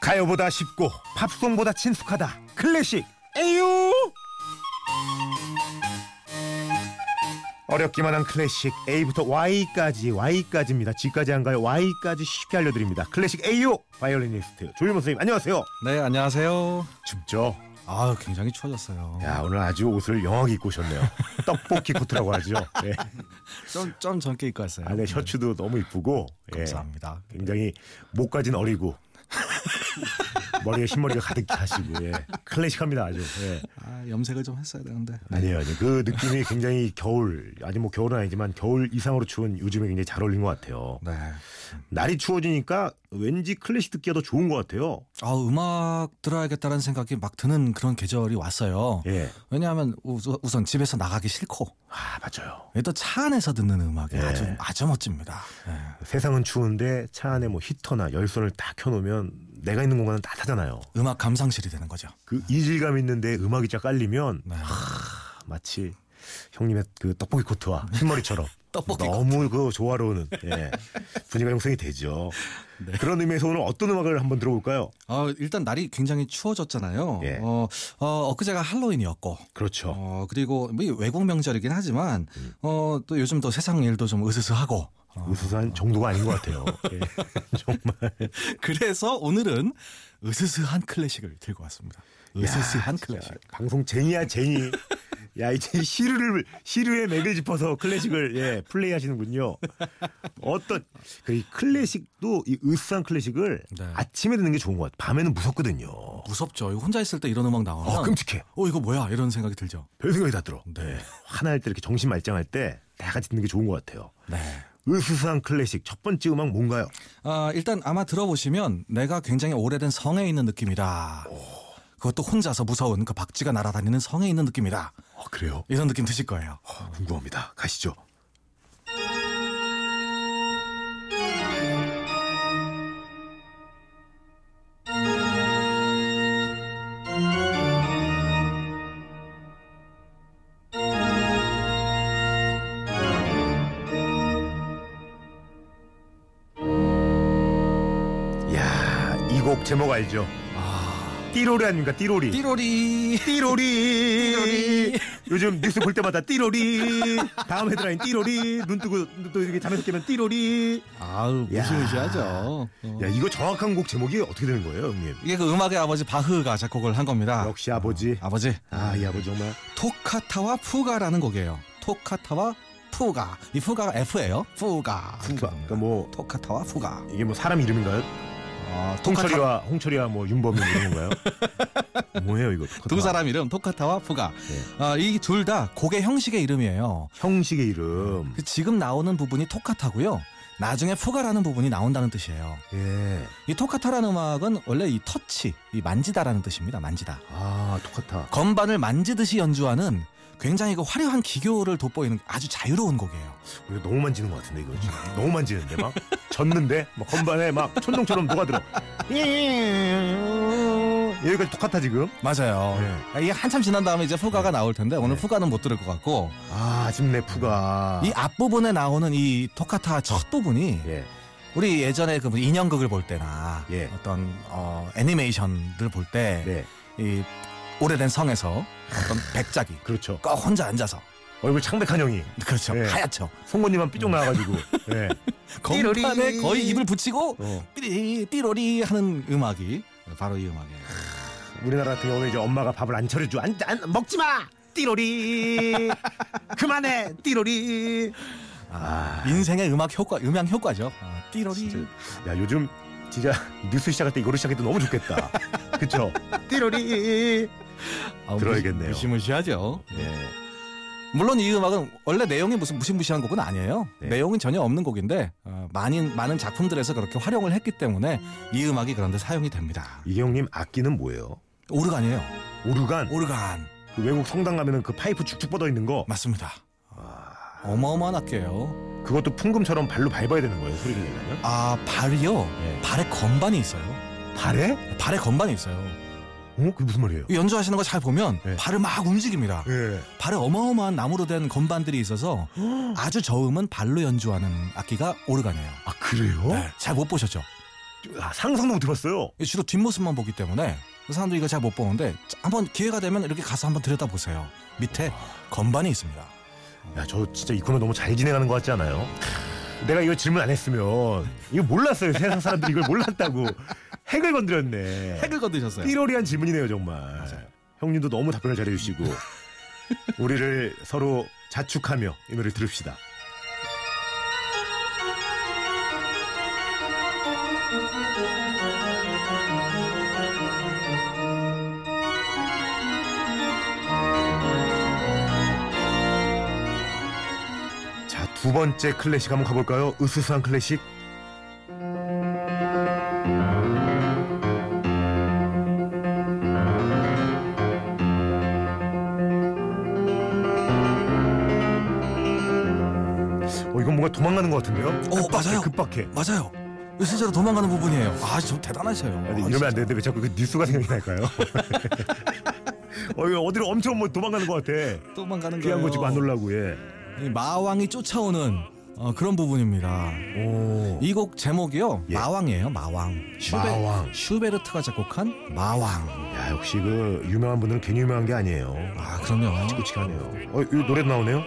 가요보다 쉽고 팝송보다 친숙하다 클래식 에유 어렵기만 한 클래식 A부터 Y까지 Y까지입니다 G까지 안 가요 Y까지 쉽게 알려드립니다 클래식 에유 바이올리니스트 조유모 선생님 안녕하세요 네, 안녕하세요. 춥죠? 아, 굉장히 추워졌어요. 야 오늘 아주 옷을 영하게 입고 오셨네요 떡볶이 코트라고 하죠 예. 좀, 좀 젊게 입고 왔어요. 안에 셔츠도 너무 이쁘고 예, 네, 감사합니다. 굉장히 목까지는 어리고 머리에 흰머리가 가득 차시고 예. 클래식합니다 아주 예. 아, 염색을 좀 했어야 되는데. 아니에요 아니에요. 그 느낌이 굉장히 겨울 아직 뭐 겨울은 아니지만 겨울 이상으로 추운 요즘에 굉장히 잘 어울린 것 같아요 네. 날이 추워지니까 왠지 클래식 듣기가 더 좋은 것 같아요 아, 음악 들어야겠다는 생각이 막 드는 그런 계절이 왔어요. 예. 왜냐하면 우, 선 집에서 나가기 싫고 아 맞아요 또 차 안에서 듣는 음악이 예. 아주 아주 멋집니다. 예. 세상은 추운데 차 안에 뭐 히터나 열선을 다 켜놓으면 내가 있는 공간은 따뜻하잖아요 음악 감상실이 되는 거죠. 그 이질감 있는데 음악이 쫙 깔리면 네. 마치 형님의 그 떡볶이 코트와 흰머리처럼 떡볶이 너무 그 조화로우는 예, 분위기가 형성이 되죠. 네. 그런 의미에서 오늘 어떤 음악을 한번 들어볼까요? 어, 일단 날이 굉장히 추워졌잖아요. 예. 어, 어, 엊그제가 할로윈이었고 그렇죠. 어, 그리고 뭐 이게 외국 명절이긴 하지만 어, 또 요즘 또 세상 일도 좀 으스스하고 어, 그 우수한 정도가 아닌 것 같아요. 예. 정말 그래서 오늘은 으스스한 클래식을 들고 왔습니다. 으스스한 클래식. 예. 방송 쟁이야 쟁이. 야 이제 시류를 시류의 맥을 짚어서 클래식을 예, 플레이하시는군요. 어떤 그이 클래식도 이 으스한 클래식을 네. 아침에 듣는 게 좋은 것 같아요. 밤에는 무섭거든요. 무섭죠. 이거 혼자 있을 때 이런 음악 나오면 어 끔찍해. 어, 이거 뭐야 이런 생각이 들죠. 별 생각이 다 들어. 네. 예. 화날 때 이렇게 정신 말짱할 때 다 같이 듣는 게 좋은 것 같아요. 네. 으스스한 클래식 첫 번째 음악 뭔가요? 아, 일단 아마 들어보시면 내가 굉장히 오래된 성에 있는 느낌이다. 그것도 혼자서 무서운 그 박쥐가 날아다니는 성에 있는 느낌이다. 어, 그래요? 이런 느낌 드실 거예요. 어, 궁금합니다. 가시죠. 이야, 이 곡 제목 알죠? 아, 띠로리 아닙니까? 띠로리. 띠로리. 띠로리. 띠로리. 요즘 뉴스 볼 때마다 띠로리. 다음 헤드라인 띠로리. 눈 뜨고 또 이렇게 잠에서 깨면 띠로리. 아우 무시무시하죠. 어. 야 이거 정확한 곡 제목이 어떻게 되는 거예요, 형님? 이게 그 음악의 아버지 바흐가 작곡을 한 겁니다. 역시 아버지. 아버지 예. 아, 이 아버지 정말. 토카타와 푸가라는 곡이에요. 토카타와 푸가 이 푸가가 F예요. 푸가. 그러니까, 그러니까 뭐 토카타와 푸가. 이게 뭐 사람 이름인가요? 아, 홍철이와 홍철이와 뭐 윤범이 이런 건가요? 뭐예요 이거? 두 사람 이름 토카타와 푸가. 네. 아, 이 둘 다 곡의 형식의 이름이에요. 형식의 이름. 그 지금 나오는 부분이 토카타고요. 나중에 푸가라는 부분이 나온다는 뜻이에요. 예. 이 토카타라는 음악은 원래 이 터치, 이 만지다라는 뜻입니다. 만지다. 아 똑같아. 건반을 만지듯이 연주하는 굉장히 그 화려한 기교를 돋보이는 아주 자유로운 곡이에요. 이거 너무 만지는 것 같은데 이거 지금 너무 만지는데 막 졌는데 막 건반에 막 촌동처럼 녹아들어. 여기까지 똑같아 지금. 맞아요. 네. 아, 이게 한참 지난 다음에 이제 후가가 나올 텐데 오늘 네. 후가는 못 들을 것 같고 아 아침 내프가. 이 앞부분에 나오는 이 토카타 첫 부분이 예. 우리 예전에 그 인형극을 볼 때나 예. 어떤 어, 애니메이션들 볼 때 이 네. 오래된 성에서 어떤 백작이 그렇죠. 꼭 혼자 앉아서 얼굴 창백한 형이 그렇죠 네. 하얗죠 송곳니만 삐쩍 나와가지고. 예. 띠로리. 건반에 거의 입을 붙이고 어. 띠리 띠로리 하는 음악이 바로 이 음악이에요. 우리나라 같은 경우는 이제 엄마가 밥을 안 차려줘 안, 안 먹지 마 띠로리 그만해 띠로리 아, 인생의 음악 효과 음향 효과죠. 아, 띠로리 진짜. 야 요즘 진짜 뉴스 시작할 때 이거로 시작해도 너무 좋겠다 그쵸 띠로리 아, 무시- 들어야겠네요. 무시무시하죠. 예. 물론 이 음악은 원래 내용이 무슨 무시무시한 곡은 아니에요. 네. 내용이 전혀 없는 곡인데 어, 많은 많은 작품들에서 그렇게 활용을 했기 때문에 이 음악이 그런데 사용이 됩니다. 이경님 악기는 뭐예요 오르간이에요. 오르간 오르간 그 외국 성당 가면은 그 파이프 쭉쭉 뻗어 있는 거 맞습니다. 아, 어마어마한 악기예요. 그것도 풍금처럼 발로 밟아야 되는 거예요 소리를 내려면 아 발이요. 예. 발에 건반이 있어요. 발에 발에 건반이 있어요. 어 그게 무슨 말이에요 이 연주하시는 거 잘 보면 예. 발을 막 움직입니다. 예 발에 어마어마한 나무로 된 건반들이 있어서 아주 저음은 발로 연주하는 악기가 오르간이에요. 네. 아, 그래요 잘 못 보셨죠? 아, 상상도 못해봤어요. 이 예, 주로 뒷모습만 보기 때문에 그 사람들이 이걸 잘 못 보는데 자, 한번 기회가 되면 이렇게 가서 한번 들여다보세요. 밑에 건반이 있습니다. 야, 저 진짜 이 코너 너무 잘 진행하는 것 같지 않아요? 내가 이거 질문 안 했으면 이거 몰랐어요. 세상 사람들이 이걸 몰랐다고 핵을 건드렸네. 핵을 건드셨어요. 삐로리한 질문이네요, 정말. 형님도 너무 답변을 잘해주시고 우리를 서로 자축하며 이 노래 들읍시다. 자, 두 번째 클래식 한번 가볼까요? 으스스한 클래식. 어, 이건 뭔가 도망가는 것 같은데요? 오, 어, 맞아요. 어, 급박해. 맞아요. 이거 실제로 도망가는 부분이에요. 아, 좀 대단하셔요. 아니, 아, 이러면 안 진짜. 되는데 왜 자꾸 그 뉴스가 생각이 날까요? 어, 이거 어디로 엄청 뭐 도망가는 것 같아. 도망가는 피한 거 지고 안 놀라고 예. 이 마왕이 쫓아오는 어, 그런 부분입니다. 오. 이 곡 제목이요. 예. 마왕이에요. 마왕. 슈베, 마왕. 슈베르트가 작곡한 마왕. 야 역시 그 유명한 분들은 괜히 유명한 게 아니에요. 아, 그럼요. 끔찍하네요. 어, 이 노래도 나오네요.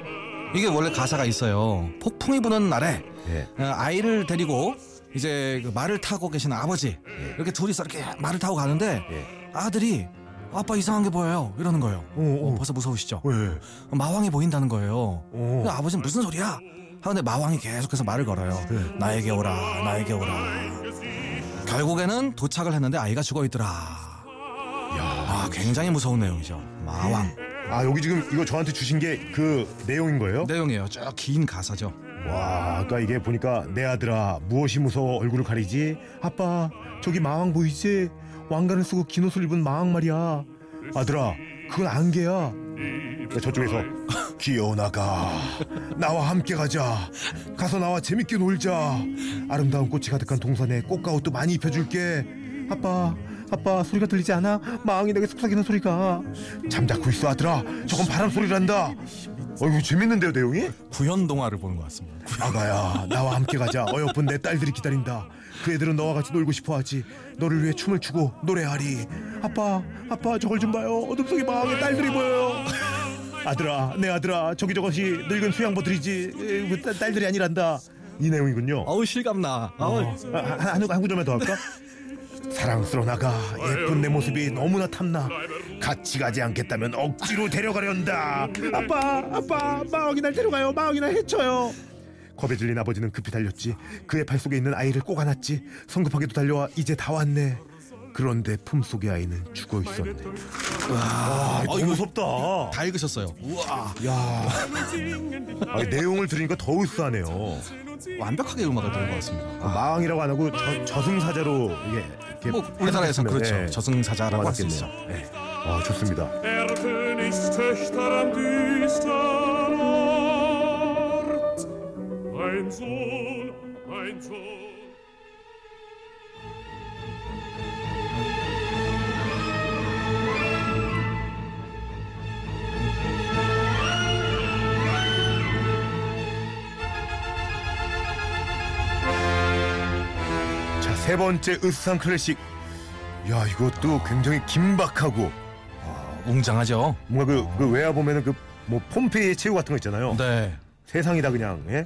이게 원래 가사가 있어요. 폭풍이 부는 날에 예. 어, 아이를 데리고 이제 그 말을 타고 계신 아버지 예. 이렇게 둘이서 이렇게 말을 타고 가는데 예. 아들이 아빠 이상한 게 보여요 이러는 거예요. 오, 어, 오. 벌써 무서우시죠? 왜? 마왕이 보인다는 거예요. 오. 근데 아버지는 무슨 소리야? 하는데 마왕이 계속해서 말을 걸어요. 네. 나에게 오라, 나에게 오라. 결국에는 도착을 했는데 아이가 죽어 있더라. 아, 굉장히 무서운 내용이죠. 마왕 아 여기 지금 이거 저한테 주신 게 그 내용인 거예요? 내용이에요. 쭉 긴 가사죠. 와 아까 이게 보니까 내 아들아 무엇이 무서워 얼굴을 가리지? 아빠 저기 마왕 보이지? 왕관을 쓰고 긴 옷을 입은 마왕 말이야. 아들아 그건 안개야. 그러니까 저쪽에서 귀여운 아가 나와 함께 가자 가서 나와 재밌게 놀자 아름다운 꽃이 가득한 동산에 꽃가옷도 많이 입혀줄게 아빠 아빠 소리가 들리지 않아 마왕이 내게 속삭이는 소리가 잠자코 있어 아들아 저건 바람 소리란다 어이구 재밌는데요 내용이 구현 동화를 보는 것 같습니다. 아가야 나와 함께 가자 어여쁜 내 딸들이 기다린다 그 애들은 너와 같이 놀고 싶어하지 너를 위해 춤을 추고 노래하리 아빠 아빠 저걸 좀 봐요 어둠 속에 마왕의 딸들이 보여요 아들아 내 아들아 저기 저것이 늙은 수양버들이지 에이, 그 딸- 딸들이 아니란다 이 내용이군요 아우 실감나. 아우 어, 아, 한, 한, 한 구절만 더 할까? 사랑스러운 아가 예쁜 내 모습이 너무나 탐나 같이 가지 않겠다면 억지로 데려가련다 아빠 아빠 마왕이 날 데려가요 마왕이 날 해쳐요 겁에 질린 아버지는 급히 달렸지 그의 발 속에 있는 아이를 꼭 안았지 성급하게도 달려와 이제 다 왔네 그런데 품 속의 아이는 죽어 있었네 와 아, 이거 무섭다 다 읽으셨어요. 우와 야 아니, 내용을 들으니까 더 으스하네요 완벽하게 음악을 들은 것 같습니다. 아, 마왕이라고 안 하고 저, 저승사자로 이게 이렇게 뭐 우리나라에서 해놨으면, 그렇죠. 예. 저승사자라고 할 수 있죠. 맞겠네요. 예. 아 좋습니다. Er Königstöchter am düstern Ort. Ein Sohn, ein Sohn. 자 세 번째 으스한 클래식. 야 이것도 굉장히 긴박하고 웅장하죠. 뭔가 그, 그 외화 보면은 그 뭐 폼페이의 최후 같은 거 있잖아요. 네. 세상이다 그냥 예?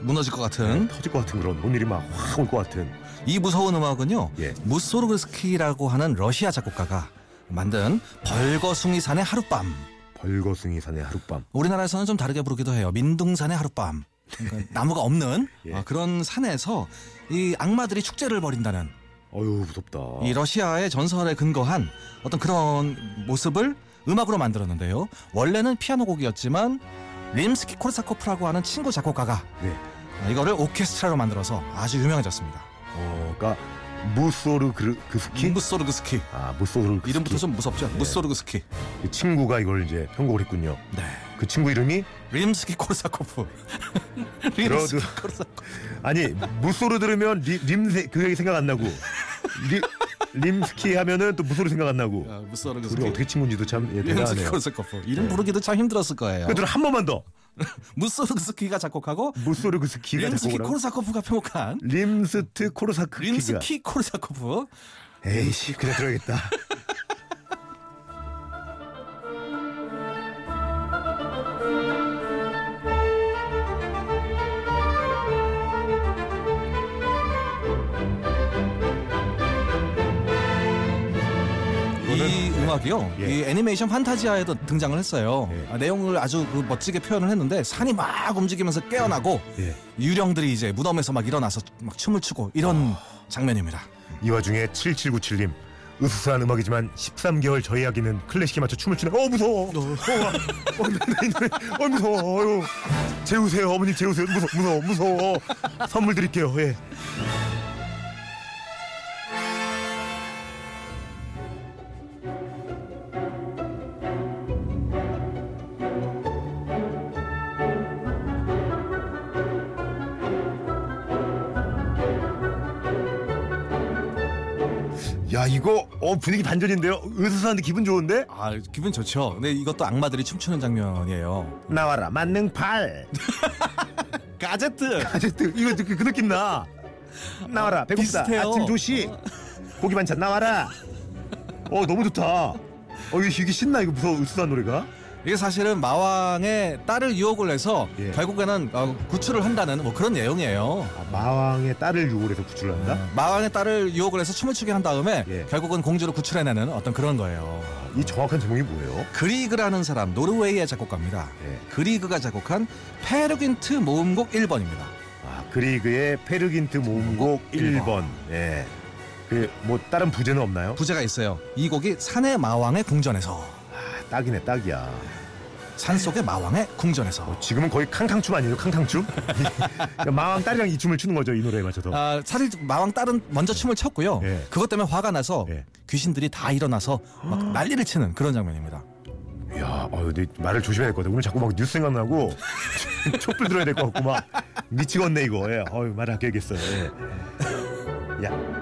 무너질 것 같은 터질 것 같은 그런 오늘이 막 확 올 것 같은. 이 무서운 음악은요 예. 무소르그스키라고 하는 러시아 작곡가가 만든 벌거숭이산의 하룻밤 벌거숭이 산의 하룻밤. 우리나라에서는 좀 다르게 부르기도 해요 민둥산의 하룻밤 그러니까 나무가 없는 예. 어, 그런 산에서 이 악마들이 축제를 벌인다는 어유 무섭다. 이 러시아의 전설에 근거한 어떤 그런 모습을 음악으로 만들었는데요 원래는 피아노 곡이었지만 림스키 코르사코프라고 하는 친구 작곡가가 네. 어, 이거를 오케스트라로 만들어서 아주 유명해졌습니다 어, 그러니까 무소르 그르, 그 스키. 무소르그스키 아 무소르 그 이름부터 스키. 좀 무섭죠 무소르그스키 그 친구가 이걸 이제 편곡을 했군요. 네. 그 친구 이름이 림스키 코르사코프. 그러드. 림스키 코르사코프. 아니 무소로 들으면 리, 림세 그 생각 안 나고 리, 림스키 하면은 또 무소로 생각 안 나고 아, 무서워 우리 어떻게 친구인지도 참 예, 림스키 대단하네요. 코르사코프. 이름 부르기도 참 힘들었을 거예요. 그들 한 번만 더 무소르스키가 작곡하고 무소르그스키가 림스키 작곡을 하고 코르사코프가 편곡한 림스트 코르사크키가 림스키 코르사코프 에이씨 그냥 들어야겠다 이 이거는- 음악이요. 예. 이 애니메이션 판타지아에도 등장을 했어요. 예. 아, 내용을 아주 그 멋지게 표현을 했는데 산이 막 움직이면서 깨어나고 예. 유령들이 이제 무덤에서 막 일어나서 막 춤을 추고 이런 장면입니다. 이 와중에 7797님 으스스한 음악이지만 13개월 저희 아기는 클래식에 맞춰 춤을 추는 어 무서워 어, 와. 어, 나, 나, 이 노래. 어 무서워 어유. 재우세요 어머님 재우세요 무서워 무서워 무서워 선물 드릴게요 예. 야 이거 어 분위기 반전인데요 으스스한데 기분 좋은데 아 기분 좋죠. 근데 이것도 악마들이 춤추는 장면이에요. 나와라 만능 팔 가제트 아제트 이거 그, 그 느낌 나 나와라 배고프다 비슷해요. 아침 조식 고기 반찬 나와라 어 너무 좋다 어 이게, 이게 신나 이거 무서워 으스스한 노래가 이게 사실은 마왕의 딸을 유혹을 해서 예. 결국에는 어, 구출을 한다는 뭐 그런 내용이에요. 아, 마왕의 딸을 유골해서 구출을 한다 마왕의 딸을 유혹을 해서 춤을 추게 한 다음에 예. 결국은 공주를 구출해내는 어떤 그런 거예요. 이 정확한 제목이 뭐예요 그리그라는 사람 노르웨이의 작곡가입니다. 예. 그리그가 작곡한 페르귄트 모음곡 1번입니다. 아 그리그의 페르긴트 모음곡 1번 예. 그 뭐 다른 부제는 없나요? 부제가 있어요. 이 곡이 산의 마왕의 궁전에서 아, 딱이네 딱이야 산속의 마왕의 궁전에서 뭐 지금은 거의 캉캉춤 아니에요 캉캉춤? 그러니까 마왕 딸이랑 이 춤을 추는 거죠 이 노래에 맞춰서 아, 사실 마왕 딸은 먼저 춤을 췄고요. 예. 그것 때문에 화가 나서 예. 귀신들이 다 일어나서 막 난리를 치는 그런 장면입니다. 야, 아유, 내 말을 조심해야 될 것 같아. 오늘 자꾸 막 뉴스 생각나고 촛불 들어야 될 것 같고 막 미치겠네 이거. 예, 어유 말을 아껴야겠어. 예. 야,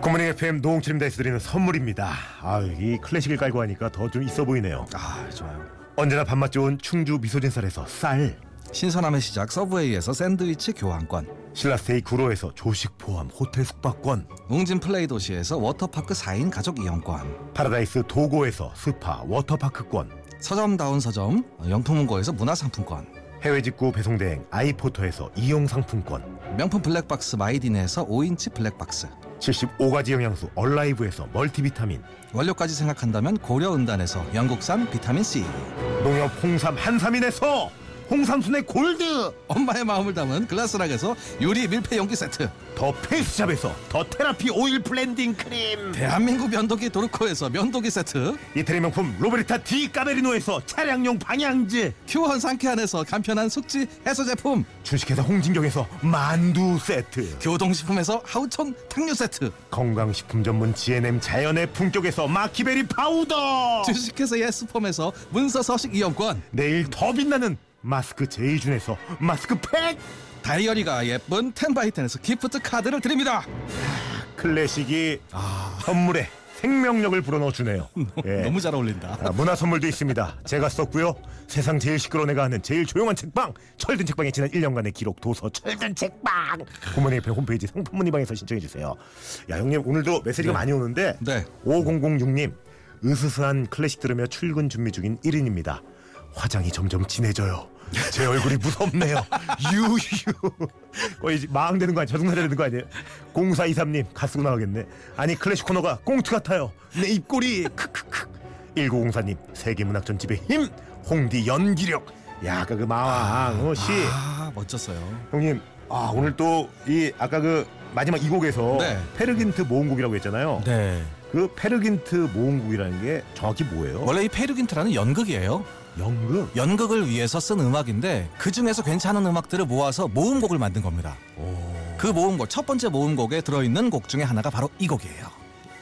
굿모닝 FM 노홍철입니다. 드리는 선물입니다. 아유, 이 클래식을 깔고 하니까 더 좀 있어 보이네요. 아 좋아요. 언제나 밥맛 좋은 충주 미소진쌀에서 쌀 신선함의 시작 서브웨이에서 샌드위치 교환권 신라스테이 구로에서 조식 포함 호텔 숙박권 웅진 플레이 도시에서 워터파크 4인 가족 이용권 파라다이스 도고에서 스파 워터파크권 서점다운 서점 영통문고에서 문화상품권 해외 직구 배송대행 아이포터에서 이용 상품권 명품 블랙박스 마이딘에서 5인치 블랙박스 75가지 영양소 얼라이브에서 멀티비타민 원료까지 생각한다면 고려은단에서 영국산 비타민C 농협 홍삼 한삼인에서 홍삼순의 골드 엄마의 마음을 담은 글라스락에서 유리 밀폐 용기 세트 더 페이스샵에서 더 테라피 오일 블렌딩 크림 대한민국 면도기 도르코에서 면도기 세트 이태리 명품 로베르타 디 까베리노에서 차량용 방향제 큐원 상쾌한에서 간편한 숙취 해소 제품 주식회사 홍진경에서 만두 세트 교동식품에서 하우청 탕류 세트 건강식품 전문 GNM 자연의 품격에서 마키베리 파우더 주식회사 예스폼에서 문서 서식 이용권 내일 더 빛나는 마스크 제이준에서 마스크팩 다이어리가 예쁜 텐바이텐에서 기프트 카드를 드립니다. 클래식이 선물에 생명력을 불어넣어 주네요 예. 아. 너무 잘 어울린다. 아, 문화 선물도 있습니다 제가 썼고요 세상 제일 시끄러운 애가 하는 제일 조용한 책방 철든 책방의 지난 1년간의 기록 도서 철든 책방 부모님 옆에 홈페이지 상품 문의방에서 신청해 주세요 야 형님 오늘도 메시지가 많이 오는데 네. 5006님 으스스한 클래식 들으며 출근 준비 중인 1인입니다 화장이 점점 진해져요 제 얼굴이 무섭네요 유유 거의 이제 마항되는 거 아니에요 자동사자 되는 거 아니에요 0423님 가쓰고 나가겠네 아니 클래식 코너가 꽁트 같아요 내 입꼬리 크크크 1904님 세계문학 전집의 힘 홍디 연기력 야 아까 그 마왕 어, 씨 아 멋졌어요. 형님 아 오늘 또 이 아까 그 마지막 이 곡에서 네. 페르긴트 모음곡이라고 했잖아요 네. 그 페르긴트 모음곡이라는 게 정확히 뭐예요? 원래 이 페르긴트라는 연극이에요. 연극? 연극을 위해서 쓴 음악인데 그 중에서 괜찮은 음악들을 모아서 모음곡을 만든 겁니다. 그 모음곡 첫 번째 모음곡에 들어있는 곡 중에 하나가 바로 이 곡이에요.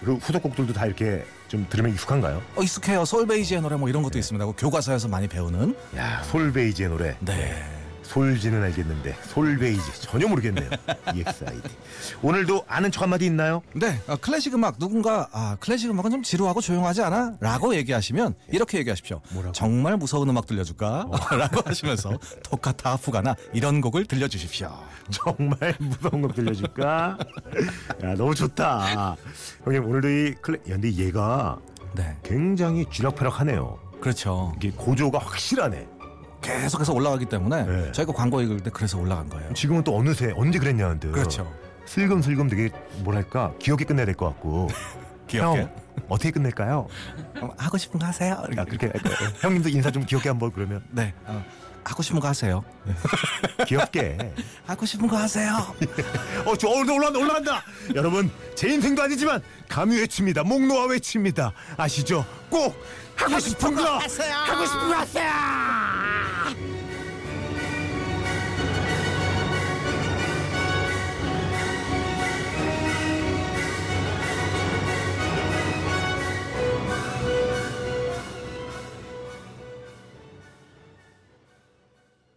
그 후속곡들도 다 이렇게 좀 들으면 익숙한가요? 어, 네. 익숙해요. 솔베이지의 노래 뭐 이런 것도 있습니다. 그 교과서에서 많이 배우는. 야 솔베이지의 노래 네. 솔지는 알겠는데 솔베이지 전혀 모르겠네요. E EXID. 오늘도 아는 척 한마디 있나요? 네, 아, 클래식 음악 누군가 아 클래식 음악은 좀 지루하고 조용하지 않아?라고 얘기하시면 이렇게 얘기하십시오. 뭐라고? 어. 정말 무서운 음악 들려줄까?라고 하시면서 토카타 아프가나 이런 곡을 들려주십시오. 정말 무서운 거 들려줄까? 야 너무 좋다. 형님 오늘도 이 클래 야, 근데 얘가 네, 굉장히 쥐락펴락하네요. 그렇죠. 이게 고조가 확실하네. 계속해서 올라가기 때문에 네. 저희가 광고 읽을 때 그래서 올라간 거예요. 지금은 또 어느새 언제 그랬냐는 듯. 그렇죠. 슬금슬금 되게 뭐랄까 귀엽게 끝내야 될 것 같고. 귀엽게. 형 어떻게 끝낼까요? 어, 하고 싶은 거 하세요. 아, 그렇게 할 거예요. 형님도 인사 좀 귀엽게 한번 그러면 네, 어, 하고 싶은 거 하세요. 네. 귀엽게. 하고 싶은 거 하세요. 어, 저 오늘도 올라간다, 올라간다. 여러분, 제 인생도 아니지만 감히 외칩니다. 목 놓아 외칩니다. 아시죠? 꼭 하고 싶은 거 하고 싶은 거 하세요.